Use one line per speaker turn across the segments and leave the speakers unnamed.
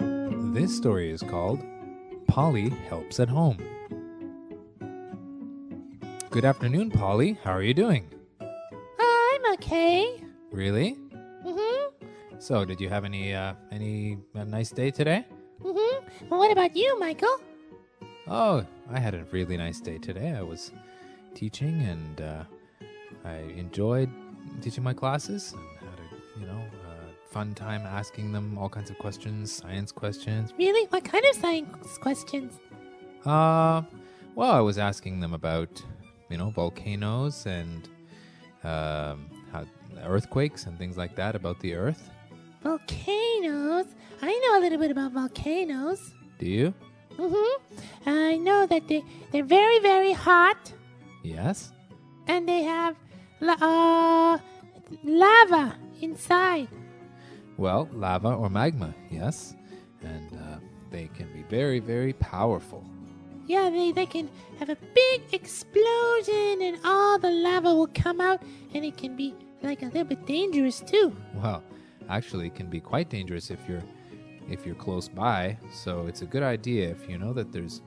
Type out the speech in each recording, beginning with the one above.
His story is called Polly Helps at Home. Good afternoon, Polly. How are you doing?
I'm okay.
Really?
Mhm.
So, did you have any uh, any a nice day today?
Mhm. Well, what about you, Michael?
Oh, I had a really nice day today. I was teaching and uh, I enjoyed teaching my classes and had a you know uh, fun time asking them all kinds of questions, science questions.
Really? What kind of science questions?
Uh, well, I was asking them about you know volcanoes and um, how earthquakes and things like that about the Earth.
Volcanoes. I know a little bit about volcanoes.
Do you?
Mhm. I know that they they're very very hot,
Yes.
and they have la- uh, lava inside.
Well, lava or magma. Yes, and uh, they can be very very powerful.
Yeah, they, they can have a big explosion, and all the lava will come out, and it can be like a little bit dangerous too.
Well, actually, it can be quite dangerous if you're if you're close by. So it's a good idea if you know that there's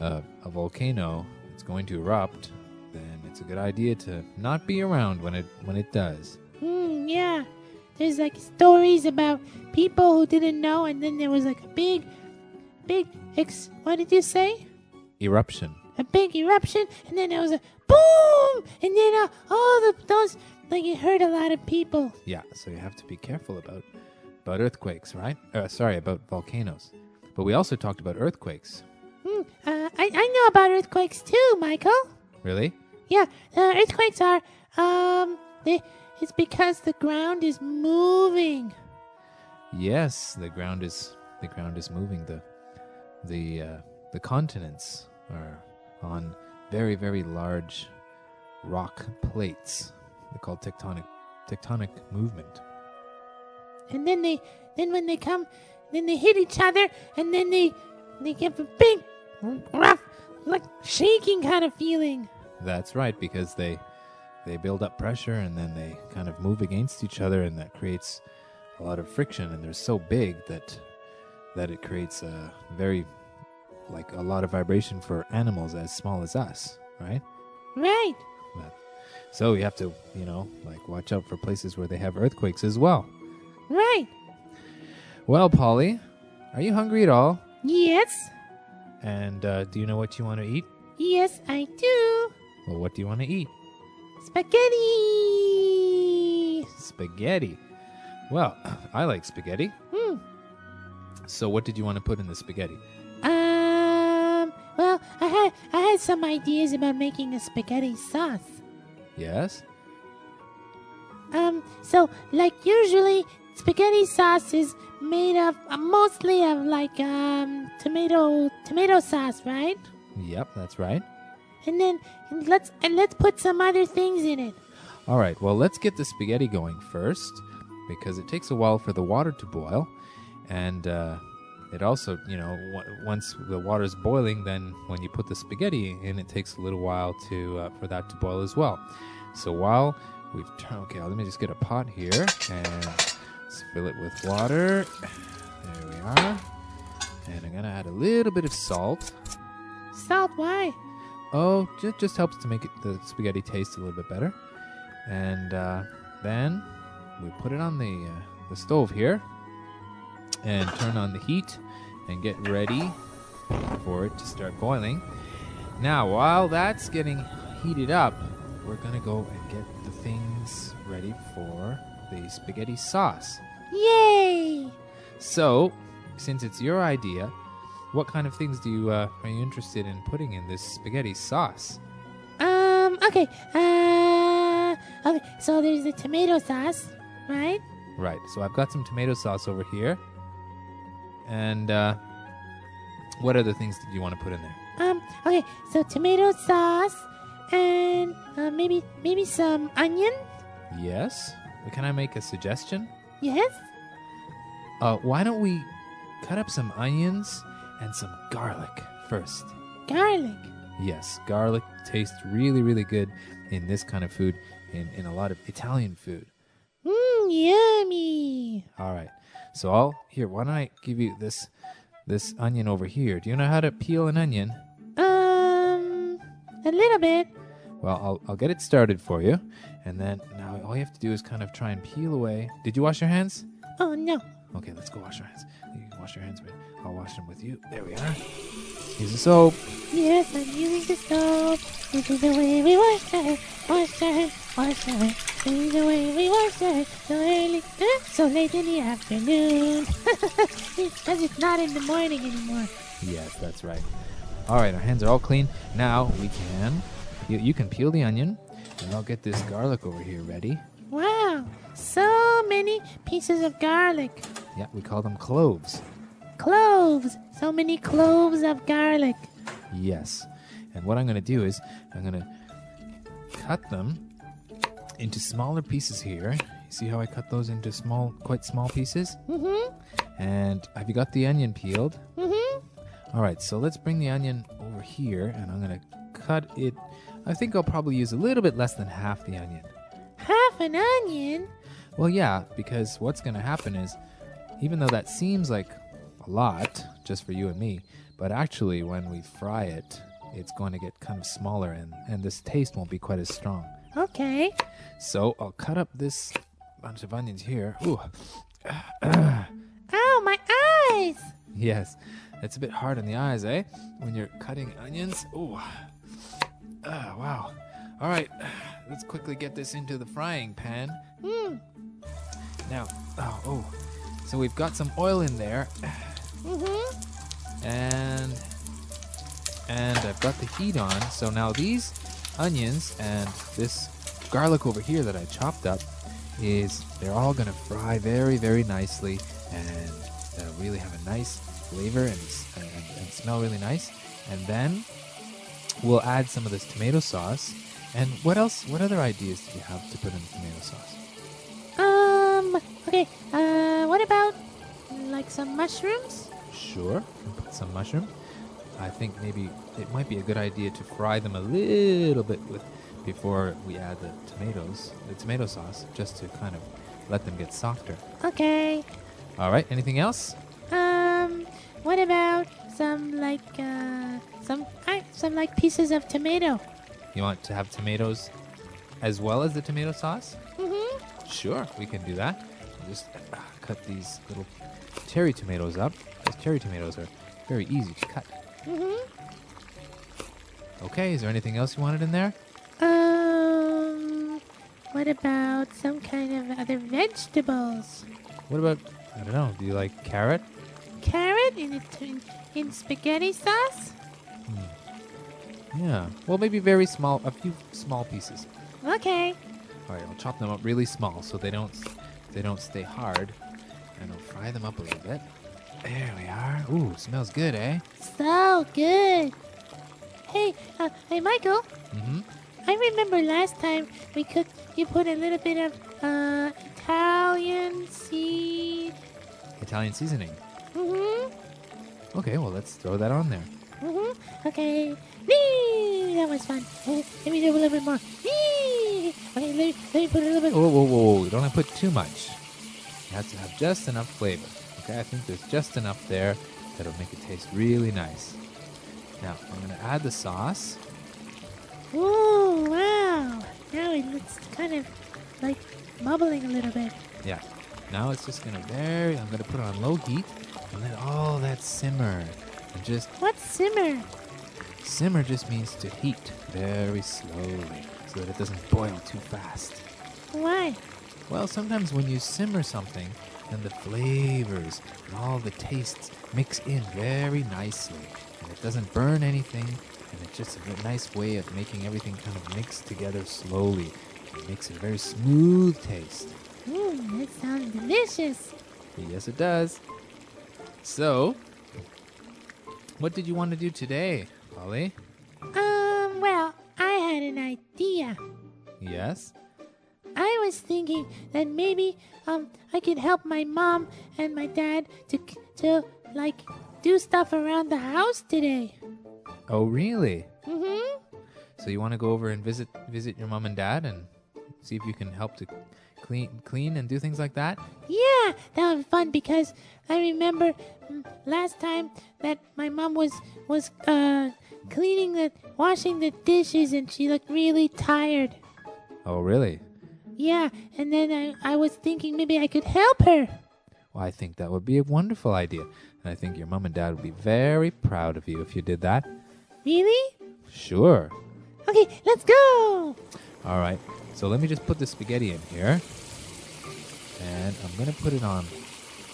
a, a volcano that's going to erupt. Then it's a good idea to not be around when it when it does.
Mm, yeah. There's like stories about people who didn't know, and then there was like a big, big, ex- what did you say?
Eruption.
A big eruption, and then there was a boom, and then uh, all the, those, like it hurt a lot of people.
Yeah. So you have to be careful about about earthquakes, right? Uh, sorry, about volcanoes. But we also talked about earthquakes.
Mm, uh, I, I know about earthquakes too, Michael.
Really?
Yeah, uh, earthquakes are, um, they, it's because the ground is moving.
Yes. The ground is the ground is moving. The the uh, the continents are on very very large rock plates. They're called tectonic tectonic movement.
and then they then when they come then they hit each other and then they they give a big rough like shaking kind of feeling
That's right, because they they build up pressure and then they kind of move against each other, and that creates a lot of friction. And they're so big that that it creates a very like a lot of vibration for animals as small as us, right?
right
So you have to, you know, like watch out for places where they have earthquakes as well.
right
Well, Polly, are you hungry at all?
yes
And uh, do you know what you want to eat?
yes i do
Well, what do you want to eat?
spaghetti
Spaghetti. Well, I like spaghetti.
hmm
So, what did you want to put in the spaghetti?
um well i had i had some ideas about making a spaghetti sauce
Yes?
Um, so like usually spaghetti sauce is made of uh, mostly of like um tomato tomato sauce, right?
Yep, that's right.
And then and let's and let's put some other things in it.
All right, well, let's get the spaghetti going first because it takes a while for the water to boil. And uh, it also, you know, w- once the water's boiling, then when you put the spaghetti in, it takes a little while to uh, for that to boil as well. So while we've turned, okay, let me just get a pot here and let's fill it with water. There we are. And I'm gonna add a little bit of salt.
Salt, why?
Oh, just just helps to make it, the spaghetti taste a little bit better. And uh, then we put it on the uh, the stove here, and turn on the heat, and get ready for it to start boiling. Now, while that's getting heated up, we're gonna go and get the things ready for the spaghetti sauce.
Yay!
So, since it's your idea, what kind of things do you uh, are you interested in putting in this spaghetti sauce?
Um, okay. Uh, okay. So there's the tomato sauce, right?
Right. So I've got some tomato sauce over here. And uh, what other things did you want to put in there?
Um, okay. So tomato sauce and uh, maybe maybe some onion.
Yes. Can I make a suggestion?
Yes.
Uh, why don't we cut up some onions and some garlic first?
Garlic.
Yes, garlic tastes really, really good in this kind of food, in, in a lot of Italian food.
Mmm, yummy.
All right. So I'll here. Why don't I give you this this onion over here. Do you know how to peel an onion?
Um, a little bit.
Well, I'll, I'll get it started for you. And then now all you have to do is kind of try and peel away. Did you wash your hands?
Oh no.
Okay, let's go wash our hands. You can wash your hands, but I'll wash them with you. There we are. Use the soap.
Yes, I'm using the soap. This is the way we wash our hands, wash our hands, wash our hands. This is the way we wash our hands so early, uh, so late in the afternoon. Because it's not in the morning anymore.
Yes, that's right. All right, our hands are all clean. Now we can. You, you can peel the onion, and I'll get this garlic over here ready.
Wow, so many pieces of garlic.
Yeah, we call them cloves.
Cloves, so many cloves of garlic.
Yes. And what I'm going to do is I'm going to cut them into smaller pieces here. You see how I cut those into small, quite small pieces?
Mm-hmm,
And have you got the onion peeled?
mm-hmm.
All right, so let's bring the onion over here and I'm going to cut it. I think I'll probably use a little bit less than half the onion.
Half an onion.
Well, yeah, because what's going to happen is, even though that seems like a lot just for you and me, but actually when we fry it, it's going to get kind of smaller and, and this taste won't be quite as strong.
Okay.
So I'll cut up this bunch of onions here. Ooh,
Ow, my eyes.
yes, it's a bit hard on the eyes, eh? When you're cutting onions. Ooh, ah, wow. All right, let's quickly get this into the frying pan.
Mm,
Now, oh, oh. So we've got some oil in there.
mm-hmm.
and and I've got the heat on. So now these onions and this garlic over here that I chopped up is they're all gonna fry very very nicely and they'll really have a nice flavor and, and, and smell really nice. And then we'll add some of this tomato sauce. And what else? What other ideas do you have to put in the tomato sauce?
Um. Okay. Uh. What about like some mushrooms?
Sure, can put some mushroom. I think maybe it might be a good idea to fry them a little bit with before we add the tomatoes, the tomato sauce, just to kind of let them get softer.
Okay.
All right, anything else?
Um. What about some like uh some I some like pieces of tomato?
You want to have tomatoes as well as the tomato sauce?
Mm-hmm.
Sure, we can do that. Just uh, cut these little cherry tomatoes up. Those cherry tomatoes are very easy to cut.
Mm-hmm.
Okay, is there anything else you wanted in there?
Um. What about some kind of other vegetables?
What about I don't know, do you like carrot?
Carrot in a t- in spaghetti sauce?
Yeah. Well, maybe very small, a few small pieces.
Okay.
All right, I'll chop them up really small so they don't they don't stay hard, and I'll fry them up a little bit. There we are. Ooh, smells good, eh?
So good. Hey, uh, hey, Michael.
Mm-hmm.
I remember last time we cooked, you put a little bit of uh, Italian seed.
Italian seasoning.
Mhm.
Okay, well let's throw that on there.
Mhm. Okay. Nee, that was fun. Uh, Let me do a little bit more. Nee. Okay, let me, let me put a little bit.
Whoa, whoa, whoa! whoa. You don't have to put too much. You have to have just enough flavor. Okay, I think there's just enough there that'll make it taste really nice. Now I'm gonna add the sauce.
Ooh, wow. Now it looks kind of like bubbling a little bit.
Yeah. Now it's just gonna very. I'm gonna put it on low heat and let all that simmer and just
What's simmer?
Simmer just means to heat very slowly so that it doesn't boil too fast.
Why?
Well, sometimes when you simmer something, then the flavors and all the tastes mix in very nicely, and it doesn't burn anything, and it's just a nice way of making everything kind of mix together slowly. It makes it a very smooth taste.
Mmm, that sounds delicious.
Yes, it does. So, what did you want to do today, Polly?
Um, well, I had an idea.
Yes?
I was thinking that maybe um I could help my mom and my dad to c- to like do stuff around the house today.
Oh, really?
Mhm.
So you want to go over and visit visit your mom and dad and see if you can help to clean, clean, and do things like that?
Yeah, that was fun because I remember mm, last time that my mom was was uh, cleaning the washing the dishes and she looked really tired.
Oh, really?
Yeah, and then I, I was thinking maybe I could help her.
Well, I think that would be a wonderful idea, and I think your mom and dad would be very proud of you if you did that.
Really?
Sure.
Okay, let's go.
All right. So let me just put the spaghetti in here, and I'm gonna put it on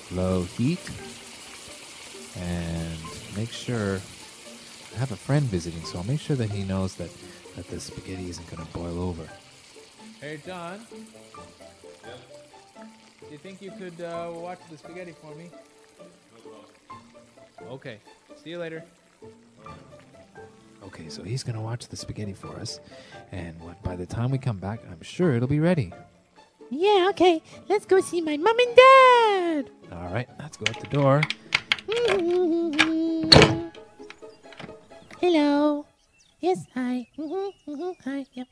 low heat, and make sure. I have a friend visiting, so I'll make sure that he knows that that the spaghetti isn't gonna boil over. Hey, Don. Do you think you could uh, watch the spaghetti for me? Okay. See you later. Okay, so he's gonna watch the spaghetti for us, and when, by the time we come back, I'm sure it'll be ready.
Yeah, okay, let's go see my mom and dad.
All right, let's go out the door.
Hello. Yes, hi. Mm-hmm, hi. Yep.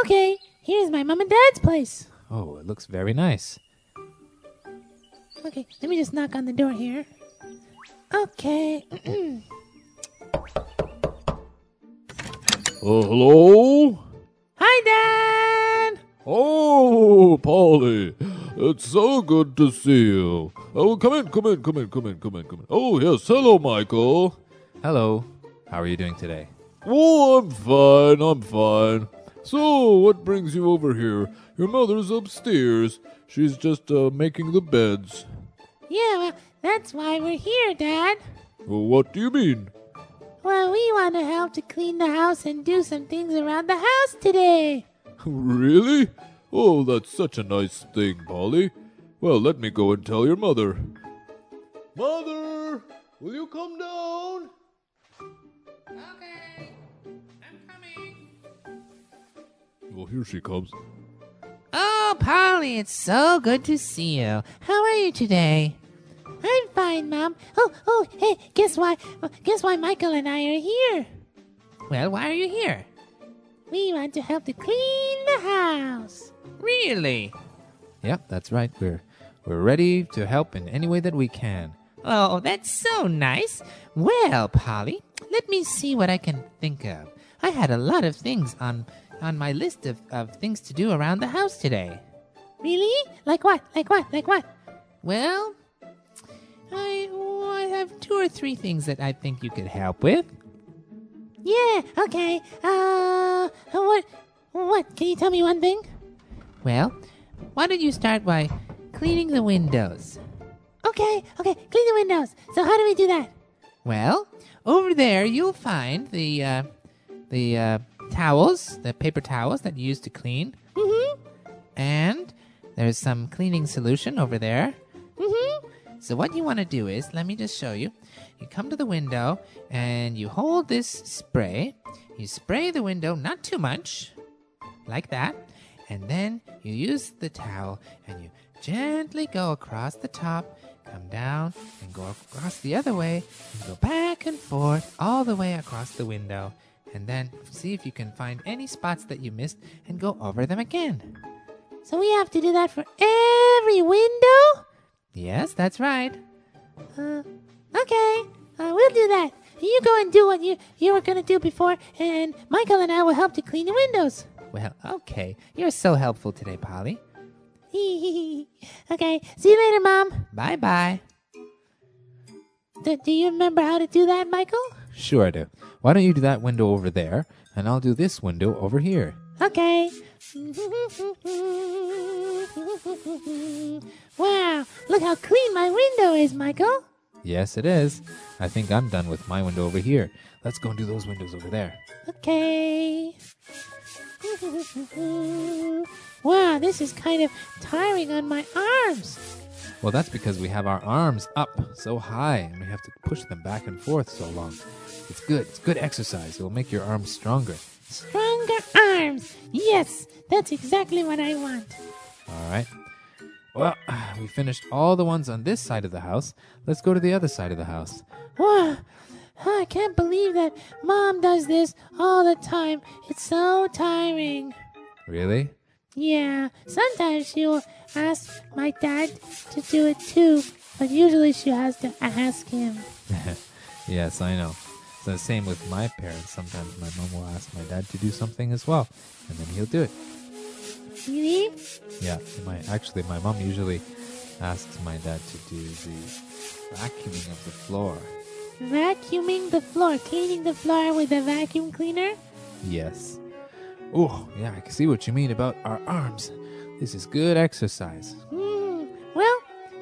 Okay, here's my mom and dad's place.
Oh, it looks very nice.
Okay, let me just knock on the door here. Okay.
Uh, hello?
Hi, Dad.
Oh, Polly. It's so good to see you. Oh, come in, come in, come in, come in, come in, come in. Oh, yes. Hello, Michael.
Hello, how are you doing today?
Oh, I'm fine, I'm fine. So, what brings you over here? Your mother's upstairs. She's just uh, making the beds.
Yeah, well, that's why we're here, Dad.
Well, what do you mean?
Well, we want to help to clean the house and do some things around the house today.
Really? Oh, that's such a nice thing, Polly. Well, let me go and tell your mother. Mother, will you come down? Okay, I'm coming. Well, here she comes.
Oh, Polly, it's so good to see you. How are you today? I'm fine, Mom. Oh, oh, hey, guess why? Guess why Michael and I are here?
Well, why are you here?
We want to help to clean the house.
Really?
Yep, that's right. We're we're ready to help in any way that we can.
Oh, that's so nice. Well, Polly, let me see what I can think of. I had a lot of things on on my list of, of things to do around the house today.
Really? Like what? Like what? Like what?
Well, I oh, I have two or three things that I think you could help with.
Yeah, okay. Uh, what? What? Can you tell me one thing?
Well, why don't you start by cleaning the windows?
Okay, okay. Clean the windows. So how do we do that?
Well, over there you'll find the uh, the uh, towels, the paper towels that you use to clean.
Mm-hmm.
And there's some cleaning solution over there.
Mm-hmm.
So what you want to do is, let me just show you. You come to the window and you hold this spray. You spray the window, not too much, like that. And then you use the towel and you gently go across the top, come down and go across the other way, and go back and forth all the way across the window. And then see if you can find any spots that you missed and go over them again.
So we have to do that for every window?
Yes, that's right.
Uh, okay, uh, we'll do that. You go and do what you, you were going to do before, and Michael and I will help to clean the windows.
Well, okay. You're so helpful today, Polly.
okay, see you later, Mom.
Bye bye.
Do, do you remember how to do that, Michael?
Sure, I do. Why don't you do that window over there, and I'll do this window over here.
Okay. wow, look how clean my window is, Michael.
Yes, it is. I think I'm done with my window over here. Let's go and do those windows over there.
Okay. wow, this is kind of tiring on my arms.
Well, that's because we have our arms up so high and we have to push them back and forth so long. It's good. It's good exercise. It'll make your arms stronger.
Stronger arms. Yes, that's exactly what I want.
All right. Well, we finished all the ones on this side of the house. Let's go to the other side of the house.
Wow. I can't believe that mom does this all the time. It's so tiring.
Really?
Yeah, sometimes she will ask my dad to do it too, but usually she has to ask him.
Yes, I know. It's the same with my parents. Sometimes my mom will ask my dad to do something as well, and then he'll do it.
Really?
Yeah, my actually, my mom usually asks my dad to do the vacuuming of the floor.
Vacuuming the floor, cleaning the floor with a vacuum cleaner?
Yes. Oh, yeah, I can see what you mean about our arms. This is good exercise.
Hmm. Well,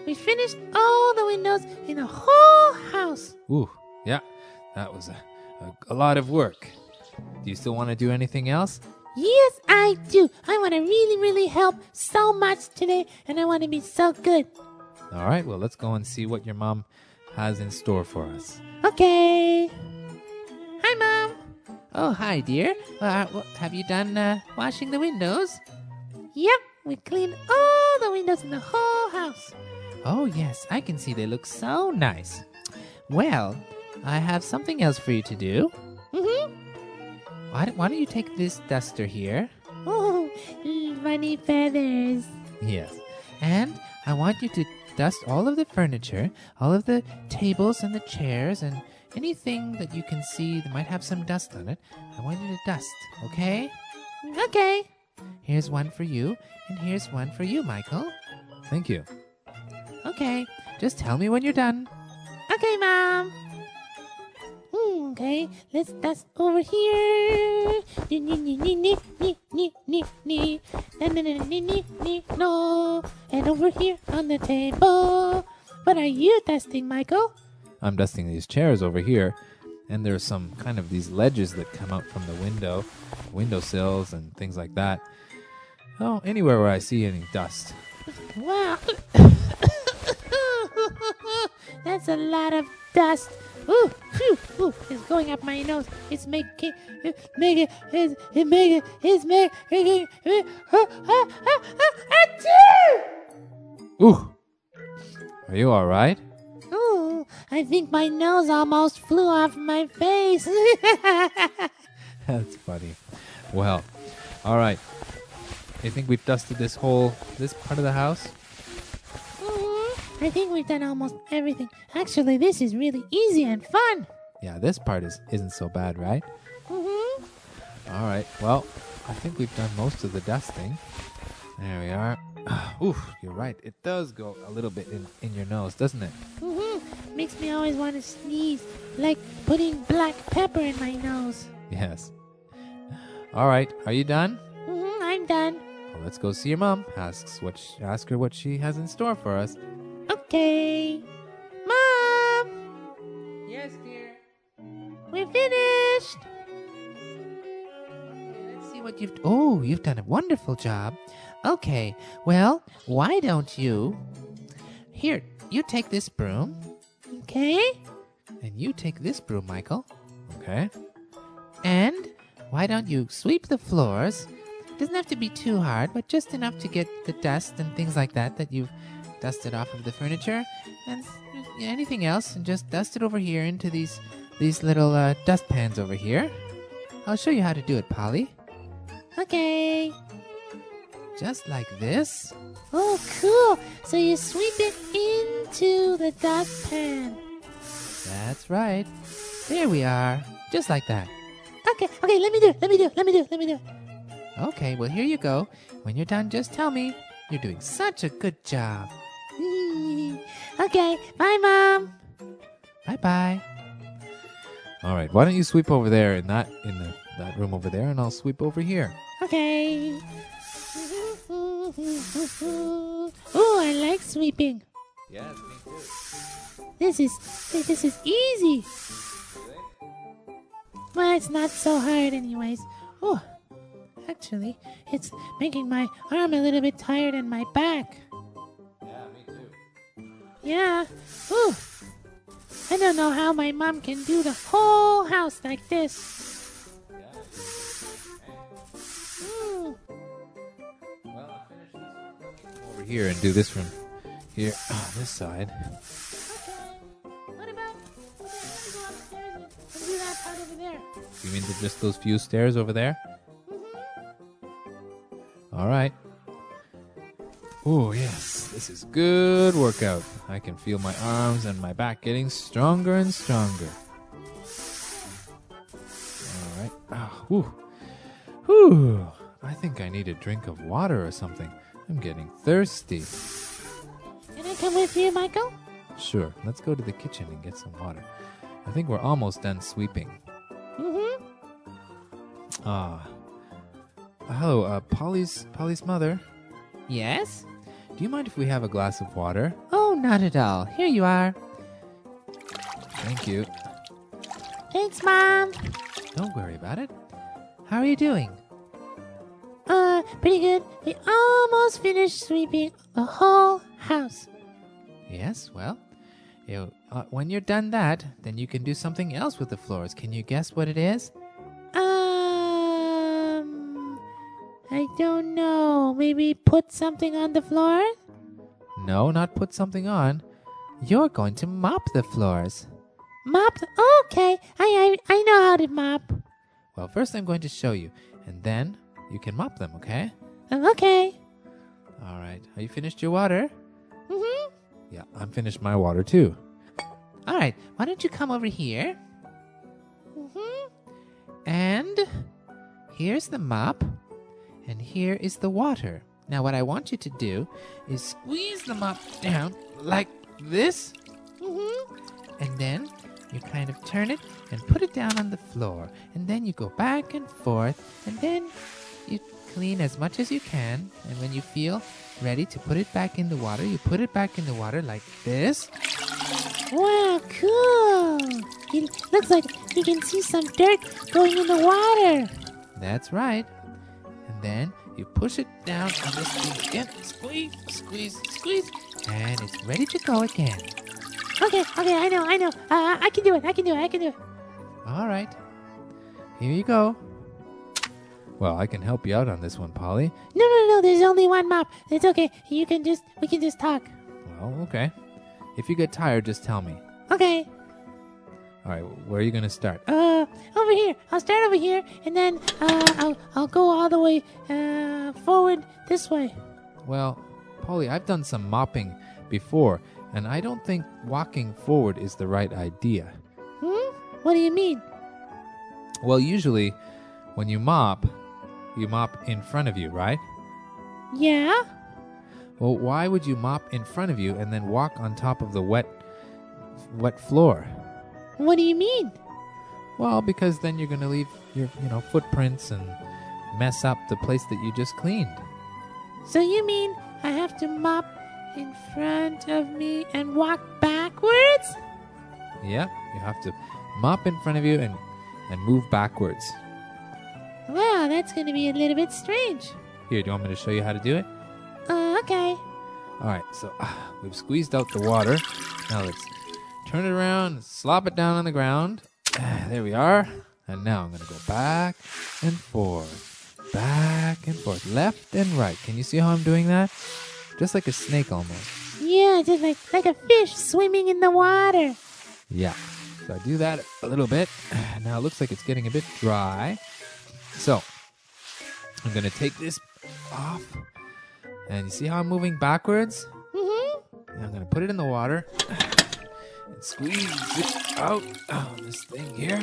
we finished all the windows in the whole house.
Ooh, yeah, that was a, a, a lot of work. Do you still want to do anything else?
Yes, I do. I want to really, really help so much today, and I want to be so good.
All right, well, let's go and see what your mom has in store for us.
Okay. Hi, Mom.
Oh, hi, dear. Uh, wh- have you done uh, washing the windows?
Yep, we cleaned all the windows in the whole house.
Oh, yes, I can see they look so nice. Well, I have something else for you to do.
Mm-hmm.
Why don't, why don't you take this duster here?
Oh, funny feathers.
Yes. And I want you to dust all of the furniture, all of the tables and the chairs, and anything that you can see that might have some dust on it. I want you to dust, okay?
Okay.
Here's one for you, and here's one for you, Michael.
Thank you.
Okay, just tell me when you're done.
Okay, Mom. Hmm, okay, let's dust over here. Nee, nee, nee, nee, nee, nee, nee, nee, nee. Na, na, na, nee, nee, nee, no. And over here on the table. What are you dusting, Michael?
I'm dusting these chairs over here, and there's some kind of these ledges that come out from the window, windowsills, and things like that. Oh, anywhere where I see any dust.
Wow. That's a lot of dust. Ooh, phew, ooh, it's going up my nose. It's making, it making, it's it making, it's making, it, ah, ah, ah, ah, achoo!
Ooh! Are you alright?
Ooh, I think my nose almost flew off my face.
That's funny. Well, alright. You think we've dusted this whole, this part of the house?
I think we've done almost everything. Actually, this is really easy and fun.
Yeah, this part is, isn't so bad, right?
Mm-hmm.
All right. Well, I think we've done most of the dusting. There we are. Oof, you're right. It does go a little bit in, in your nose, doesn't it?
Mm-hmm. Makes me always want to sneeze, like putting black pepper in my nose.
Yes. All right. Are you done?
Mm-hmm. I'm done.
Well, let's go see your mom. Asks what sh ask her what she has in store for us.
Okay. Mom,
Yes, dear.
we're finished.
Let's see what you've. Oh, you've done a wonderful job. Okay, well, why don't you? Here, you take this broom,
Okay.
and you take this broom, Michael.
Okay.
And why don't you sweep the floors? It doesn't have to be too hard, but just enough to get the dust and things like that that you've dusted off of the furniture and s- anything else, and just dust it over here into these these little uh, dust pans over here. I'll show you how to do it, Polly.
Okay.
Just like this.
Oh, cool. So you sweep it into the dustpan.
That's right. There we are. Just like that.
Okay. Okay. Let me do it. Let me do it. Let me do it. Let me do it.
Okay, well, here you go. When you're done, just tell me. You're doing such a good job.
okay. Bye, Mom.
Bye bye.
All right. Why don't you sweep over there in that in the, that room over there, and I'll sweep over here.
Okay. Oh, I like sweeping.
Yes, me too.
This is this, this is easy. Well, it's not so hard, anyways. Oh, actually, it's making my arm a little bit tired and my back.
Yeah, me too.
Yeah. Ooh. I don't know how my mom can do the whole house like this. Mm.
Over here and do this from here on this side.
What about what about if we go upstairs and- and do that part over there?
You mean the, just those few stairs over there?
Mhm.
All All right. Oh, yes. This is good workout. I can feel my arms and my back getting stronger and stronger. All right. Ah, whew. Whew. I think I need a drink of water or something. I'm getting thirsty.
Can I come with you, Michael?
Sure, let's go to the kitchen and get some water. I think we're almost done sweeping.
Mm-hmm.
Ah. Hello, uh, Polly's Polly's mother.
Yes?
Do you mind if we have a glass of water?
Oh, not at all. Here you are.
Thank you.
Thanks, Mom.
Don't worry about it.
How are you doing?
Uh, pretty good. We almost finished sweeping the whole house.
Yes, well, you, uh, when you're done that, then you can do something else with the floors. Can you guess what it is?
Um, I don't know. Maybe put something on the floor?
No, not put something on. You're going to mop the floors.
Mop? the- okay. I, I, I know how to mop.
Well, first I'm going to show you, and then you can mop them, okay?
Um, okay.
All right. Are you finished your water?
Mm-hmm.
Yeah, I'm finished my water too.
All right, why don't you come over here?
Mm-hmm.
And here's the mop, and here is the water. Now, what I want you to do is squeeze the mop down like this,
Mm-hmm.
and then you kind of turn it and put it down on the floor, and then you go back and forth, and then you clean as much as you can. And when you feel ready to put it back in the water, you put it back in the water like this.
Wow, cool. It looks like you can see some dirt going in the water.
That's right. And then you push it down on this thing again. Squeeze, squeeze, squeeze. And it's ready to go again.
Okay, okay, I know, I know. Uh, I can do it, I can do it, I can do it.
All right. Here you go.
Well, I can help you out on this one, Polly.
No, no, no, there's only one mop. It's okay. You can just, we can just talk.
Well, okay. If you get tired, just tell me.
Okay.
All right, where are you going to start?
Uh, over here. I'll start over here, and then uh, I'll I'll go all the way uh forward this way.
Well, Polly, I've done some mopping before, and I don't think walking forward is the right idea.
Hmm? What do you mean?
Well, usually when you mop, you mop in front of you, right?
Yeah.
Well, why would you mop in front of you and then walk on top of the wet wet floor?
What do you mean?
Well, because then you're going to leave your, you know, footprints and mess up the place that you just cleaned.
So you mean I have to mop in front of me and walk backwards?
Yeah, you have to mop in front of you and and move backwards.
Wow, that's gonna be a little bit strange.
Here, do you want me to show you how to do it?
Uh, okay.
All right, so ah, we've squeezed out the water. Now let's turn it around, and slop it down on the ground. Ah, there we are. And now I'm going to go back and forth, back and forth, left and right. Can you see how I'm doing that? Just like a snake almost.
Yeah, just like like a fish swimming in the water.
Yeah. So I do that a little bit. Now it looks like it's getting a bit dry. So I'm going to take this off. And you see how I'm moving backwards?
Mhm.
And I'm going to put it in the water and squeeze it out on this thing here.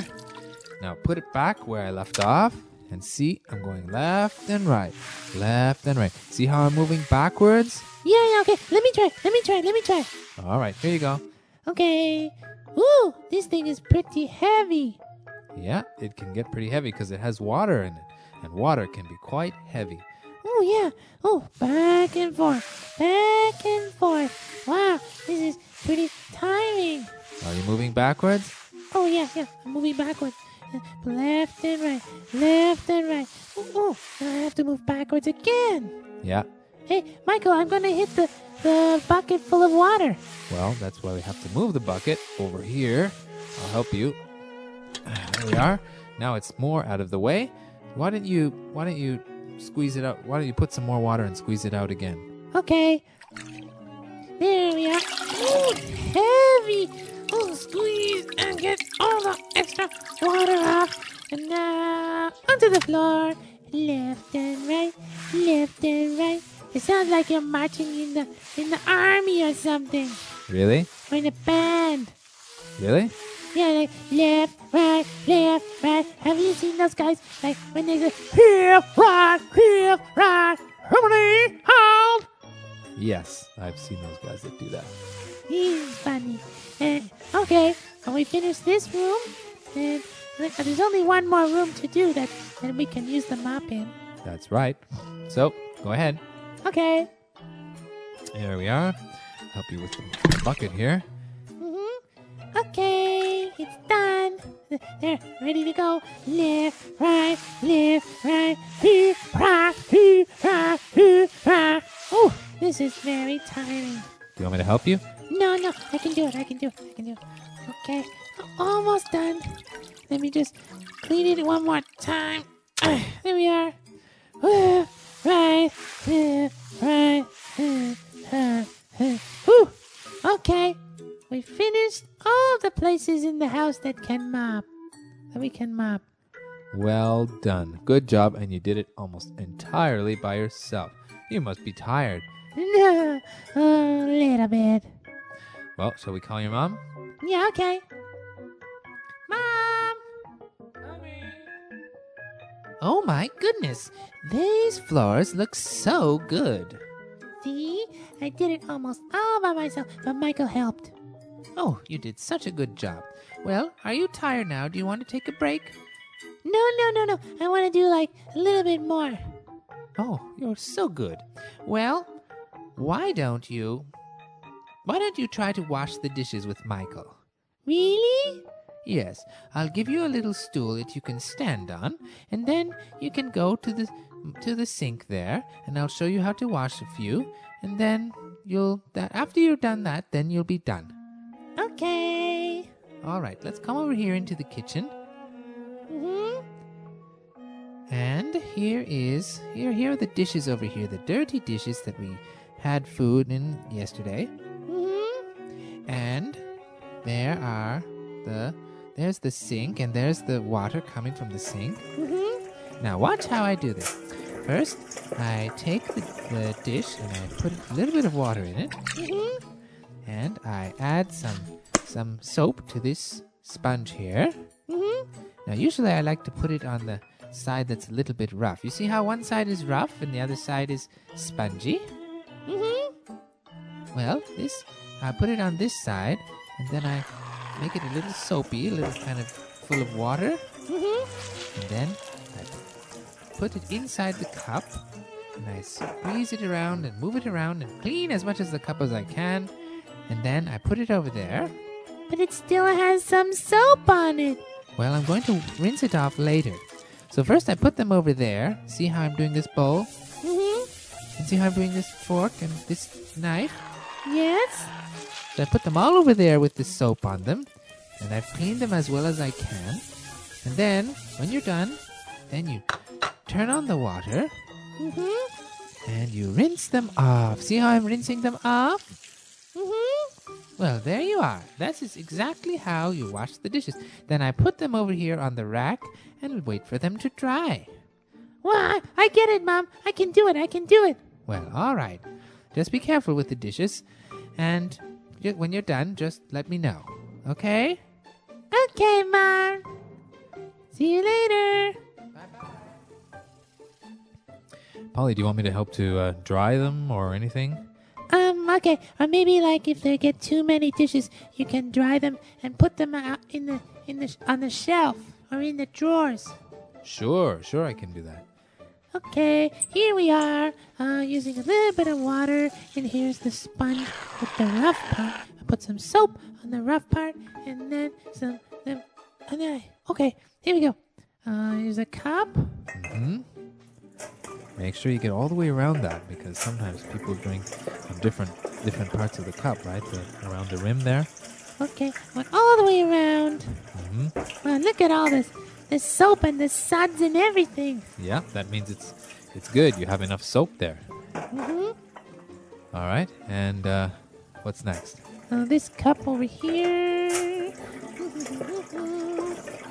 Now put it back where I left off. And see, I'm going left and right, left and right. See how I'm moving backwards?
Yeah, yeah. Okay. Let me try. Let me try. Let me try.
All right, here you go.
Okay. Ooh, this thing is pretty heavy.
Yeah, it can get pretty heavy because it has water in it, and water can be quite heavy.
Oh yeah. Oh, back and forth, back and forth. Wow, this is pretty timing.
Are you moving backwards?
Oh yeah, yeah. I'm moving backwards, Uh, left and right, left and right. Oh, oh, now I have to move backwards again.
Yeah.
Hey, Michael, I'm gonna hit the the bucket full of water.
Well, that's why we have to move the bucket over here. I'll help you. Ah, There we are. Now it's more out of the way. Why don't you why don't you squeeze it out? Why don't you put some more water and squeeze it out again?
Okay. There we are. Oh, heavy. Oh, squeeze and get all the extra water off. And now onto the floor. left and right, left and right. It sounds like you're marching in the in the army or something,
Really?
or in a band.
Really?
Yeah, like left, right, left, right. Have you seen those guys? Like when they say here, right, here, right, harmony, hold.
Yes, I've seen those guys that do that.
He's funny. Uh, okay, and we finish this room. And th- there's only one more room to do that, and we can use the mop in.
That's right. So go ahead.
Okay.
There we are. Help you with the bucket here.
hmm Okay, it's done. Th- They're ready to go. Left, right, left, right, hee, rah, hee, rah, hee, rah. Oh, this is very tiring.
Do you want me to help you?
No, no, I can do it. I can do it. I can do it. Okay, almost done. Let me just clean it one more time. Ah, there we are. Woo, Right, uh, right, uh, uh, uh. Whew. Okay, we finished all the places in the house that can mop. That we can mop.
Well done. Good job, and you did it almost entirely by yourself. You must be tired.
No, a little bit.
Well, shall we call your mom?
Yeah, okay. Mom.
Oh my goodness, these floors look so good.
See, I did it almost all by myself, but Michael helped.
Oh, you did such a good job. Well, are you tired now? Do you want to take a break?
No, no, no, no. I want to do like a little bit more.
Oh, you're so good. Well, why don't you. Why don't you try to wash the dishes with Michael?
Really?
Yes, I'll give you a little stool that you can stand on, and then you can go to the to the sink there, and I'll show you how to wash a few, and then you'll that after you've done that, then you'll be done.
Okay.
All right, let's come over here into the kitchen,
hmm
and here is here here are the dishes over here, the dirty dishes that we had food in yesterday.
hmm
And there are the there's the sink and there's the water coming from the sink.
hmm
Now watch how I do this. First, I take the, the dish and I put a little bit of water in it,
hmm
and I add some some soap to this sponge here.
hmm
Now usually I like to put it on the side that's a little bit rough. You see how one side is rough and the other side is spongy?
hmm
Well, this I put it on this side, and then I make it a little soapy, a little kind of full of water,
hmm
and then I put it inside the cup, and I squeeze it around and move it around and clean as much as the cup as I can, and then I put it over there.
But it still has some soap on it.
Well, I'm going to rinse it off later. So first I put them over there. See how I'm doing this bowl?
hmm
And see how I'm doing this fork and this knife?
Yes.
So I put them all over there with the soap on them, and I've cleaned them as well as I can. And then, when you're done, then you turn on the water
hmm
and you rinse them off. See how I'm rinsing them off?
hmm
Well, there you are. That is exactly how you wash the dishes. Then I put them over here on the rack and wait for them to dry.
Well, I, I get it, Mom. I can do it. I can do it.
Well, all right. Just be careful with the dishes, and ju- when you're done, just let me know. Okay?
Okay, Mom. See you later.
Polly, do you want me to help to uh, dry them or anything?
Um, okay. Or maybe like if they get too many dishes, you can dry them and put them out in the in the on the shelf or in the drawers.
Sure, sure, I can do that.
Okay, here we are, uh, using a little bit of water, and here's the sponge with the rough part. I put some soap on the rough part, and then some, then, and then, I, okay, here we go. Uh, here's a cup.
hmm Make sure you get all the way around that because sometimes people drink from different different parts of the cup, right? The, around the rim there.
Okay, went all the way around.
hmm
Wow, look at all this, this soap and the suds and everything.
Yeah, that means it's it's good. You have enough soap there.
hmm
All right, and uh, what's next?
Uh, this cup over here.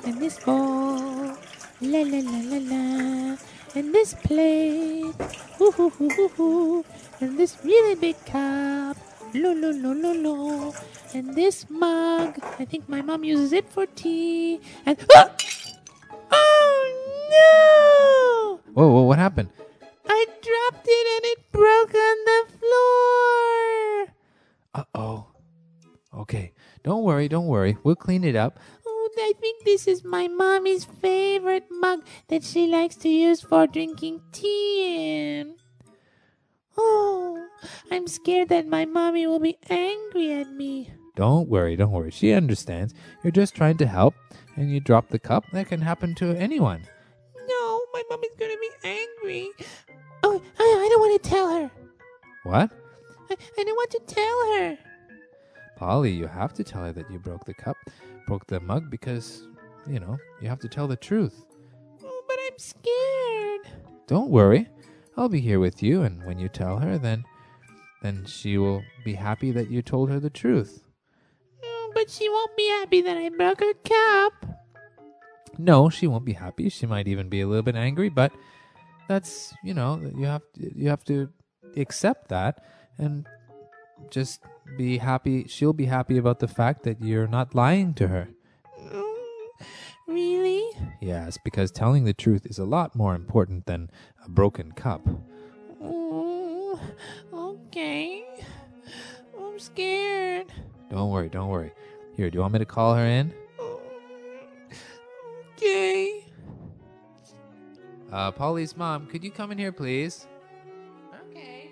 And this bowl. La la la la la. and this plate, ooh, ooh, ooh, ooh, ooh, and this really big cup, lo, lo, lo, lo, lo, and this mug. I think my mom uses it for tea. And Ah! oh no!
Whoa, whoa, what happened?
I dropped it and it broke on the floor.
Uh oh. Okay, don't worry, don't worry. We'll clean it up.
Oh, I think this is my mommy's favorite mug that she likes to use for drinking tea in. Oh, I'm scared that my mommy will be angry at me.
Don't worry, don't worry. She understands. You're just trying to help, and you drop the cup. That can happen to anyone.
No, my mommy's gonna be angry. Oh, I, I don't want to tell her.
What?
I, I don't want to tell her.
Polly, you have to tell her that you broke the cup, broke the mug, because, you know, you have to tell the truth.
Oh, but I'm scared.
Don't worry. I'll be here with you, and when you tell her, then then she will be happy that you told her the truth.
Oh, but she won't be happy that I broke her cup.
No, she won't be happy. She might even be a little bit angry, but that's, you know, you have you have to accept that and just be happy. She'll be happy about the fact that you're not lying to her.
Oh, Really?
Yes, because telling the truth is a lot more important than a broken cup.
Oh, okay. Oh, I'm scared.
Don't worry, don't worry. Here, do you want me to call her in?
Oh, Okay.
Uh, Polly's mom, could you come in here, please?
Okay.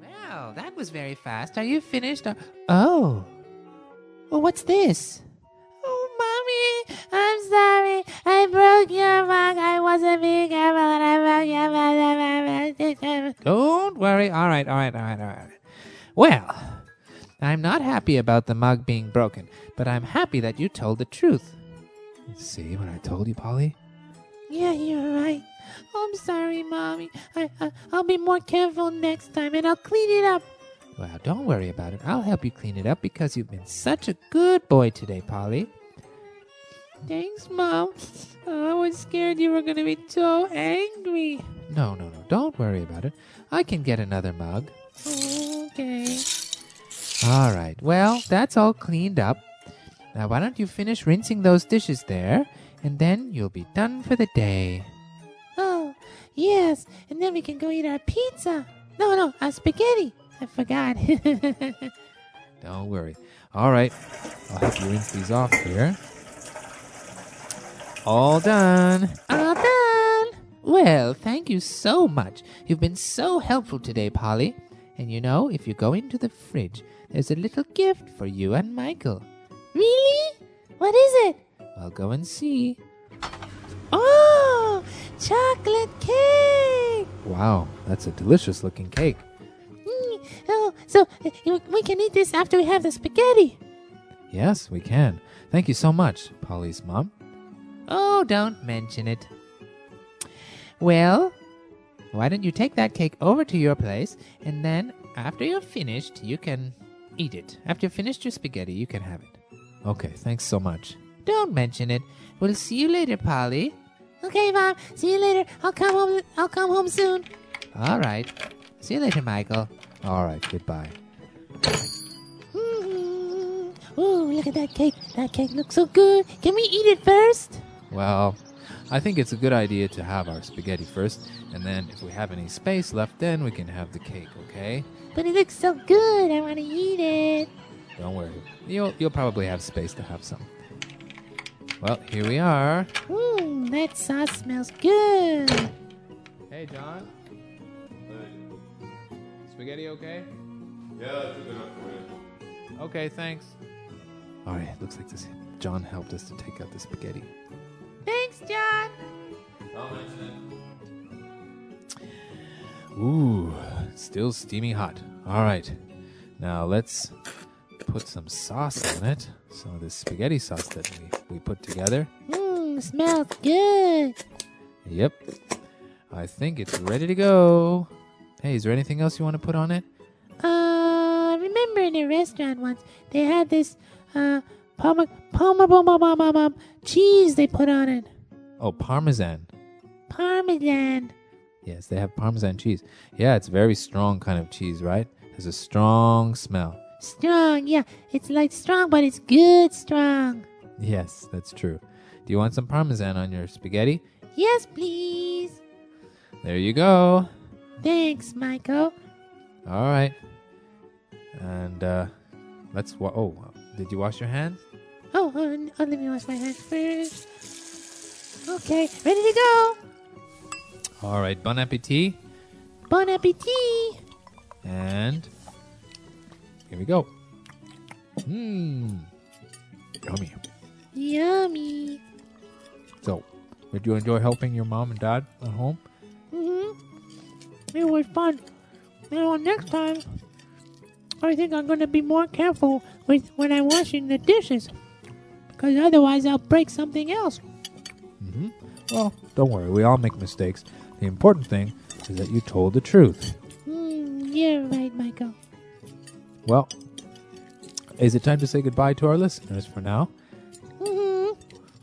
Well, that was very fast. Are you finished? Or- oh. Well, what's this?
Oh, mommy, I'm sorry. I broke your mug. I wasn't being careful, and I broke your mug.
Don't worry. All right, all right, all right, all right. Well, I'm not happy about the mug being broken, but I'm happy that you told the truth.
See what I told you, Polly?
Yeah, you're right. I'm sorry, mommy. I, I I'll be more careful next time, and I'll clean it up.
Well, don't worry about it. I'll help you clean it up because you've been such a good boy today, Polly.
Thanks, mom. I was scared you were gonna be so angry.
No, no, no. Don't worry about it. I can get another mug.
Okay.
All right. Well, that's all cleaned up. Now, why don't you finish rinsing those dishes there, and then you'll be done for the day.
Oh, yes. And then we can go eat our pizza. No, no, our spaghetti. I forgot.
Don't worry. All right, I'll help you rinse these off here. All done.
All done.
Well, thank you so much. You've been so helpful today, Polly. And you know, if you go into the fridge, there's a little gift for you and Michael.
Really? What is it?
Well, go and see.
Oh, chocolate cake.
Wow, that's a delicious looking cake.
Mm, Oh, so uh, you- we can eat this after we have the spaghetti.
Yes, we can. Thank you so much, Polly's mom.
Oh, don't mention it. Well, why don't you take that cake over to your place, and then after you're finished, you can eat it. After you've finished your spaghetti, you can have it.
Okay, thanks so much.
Don't mention it. We'll see you later, Polly.
Okay, mom. See you later. I'll come home. I'll come home soon.
All right. See you later, Michael.
All right, goodbye.
Mm. Ooh, look at that cake. That cake looks so good. Can we eat it first?
Well, I think it's a good idea to have our spaghetti first, and then if we have any space left, then we can have the cake, okay?
But it looks so good. I want to eat it.
Don't worry. You'll, you'll probably have space to have some. Well, here we are.
Mmm, that sauce smells good.
Hey, John. Spaghetti okay? Okay, thanks. All right, looks like this. John helped us to take out the spaghetti.
Thanks, John.
Ooh, still steamy hot. All right, now let's put some sauce on it. Some of this spaghetti sauce that we, we put together.
Mmm, smells good.
Yep, I think it's ready to go. Hey, is there anything else you want to put on it?
Uh, I remember in a restaurant once they had this uh pom pom pom pom pom pom cheese they put on it.
Oh, parmesan.
Parmesan.
Yes, they have Parmesan cheese. Yeah, it's very strong kind of cheese, right? Has a strong smell.
Strong, yeah. It's like strong, but it's good strong.
Yes, that's true. Do you want some Parmesan on your spaghetti?
Yes, please.
There you go.
Thanks, Michael.
All right. And uh, let's. Wa- oh, did you wash your hands?
Oh, oh, n- oh, let me wash my hands first. Okay, ready to go.
All right. Bon appetit.
Bon appetit.
And here we go. Mmm. Yummy.
Yummy.
So, did you enjoy helping your mom and dad at home?
Mm-hmm. It was fun. Now, next time, I think I'm going to be more careful with when I'm washing the dishes. Because otherwise, I'll break something else.
Mm-hmm. Well, don't worry. We all make mistakes. The important thing is that you told the truth.
Mm, you're right, Michael.
Well, is it time to say goodbye to our listeners for now?
Mm-hmm.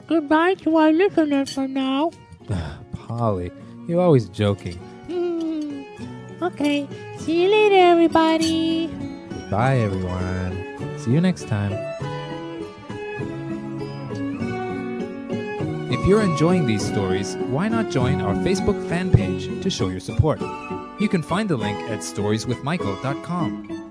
Goodbye to our listeners for now.
Polly, you're always joking.
Mm. Okay, see you later, everybody.
Bye, everyone. See you next time. If you're enjoying these stories, why not join our Facebook fan page to show your support? You can find the link at storieswithmichael.com.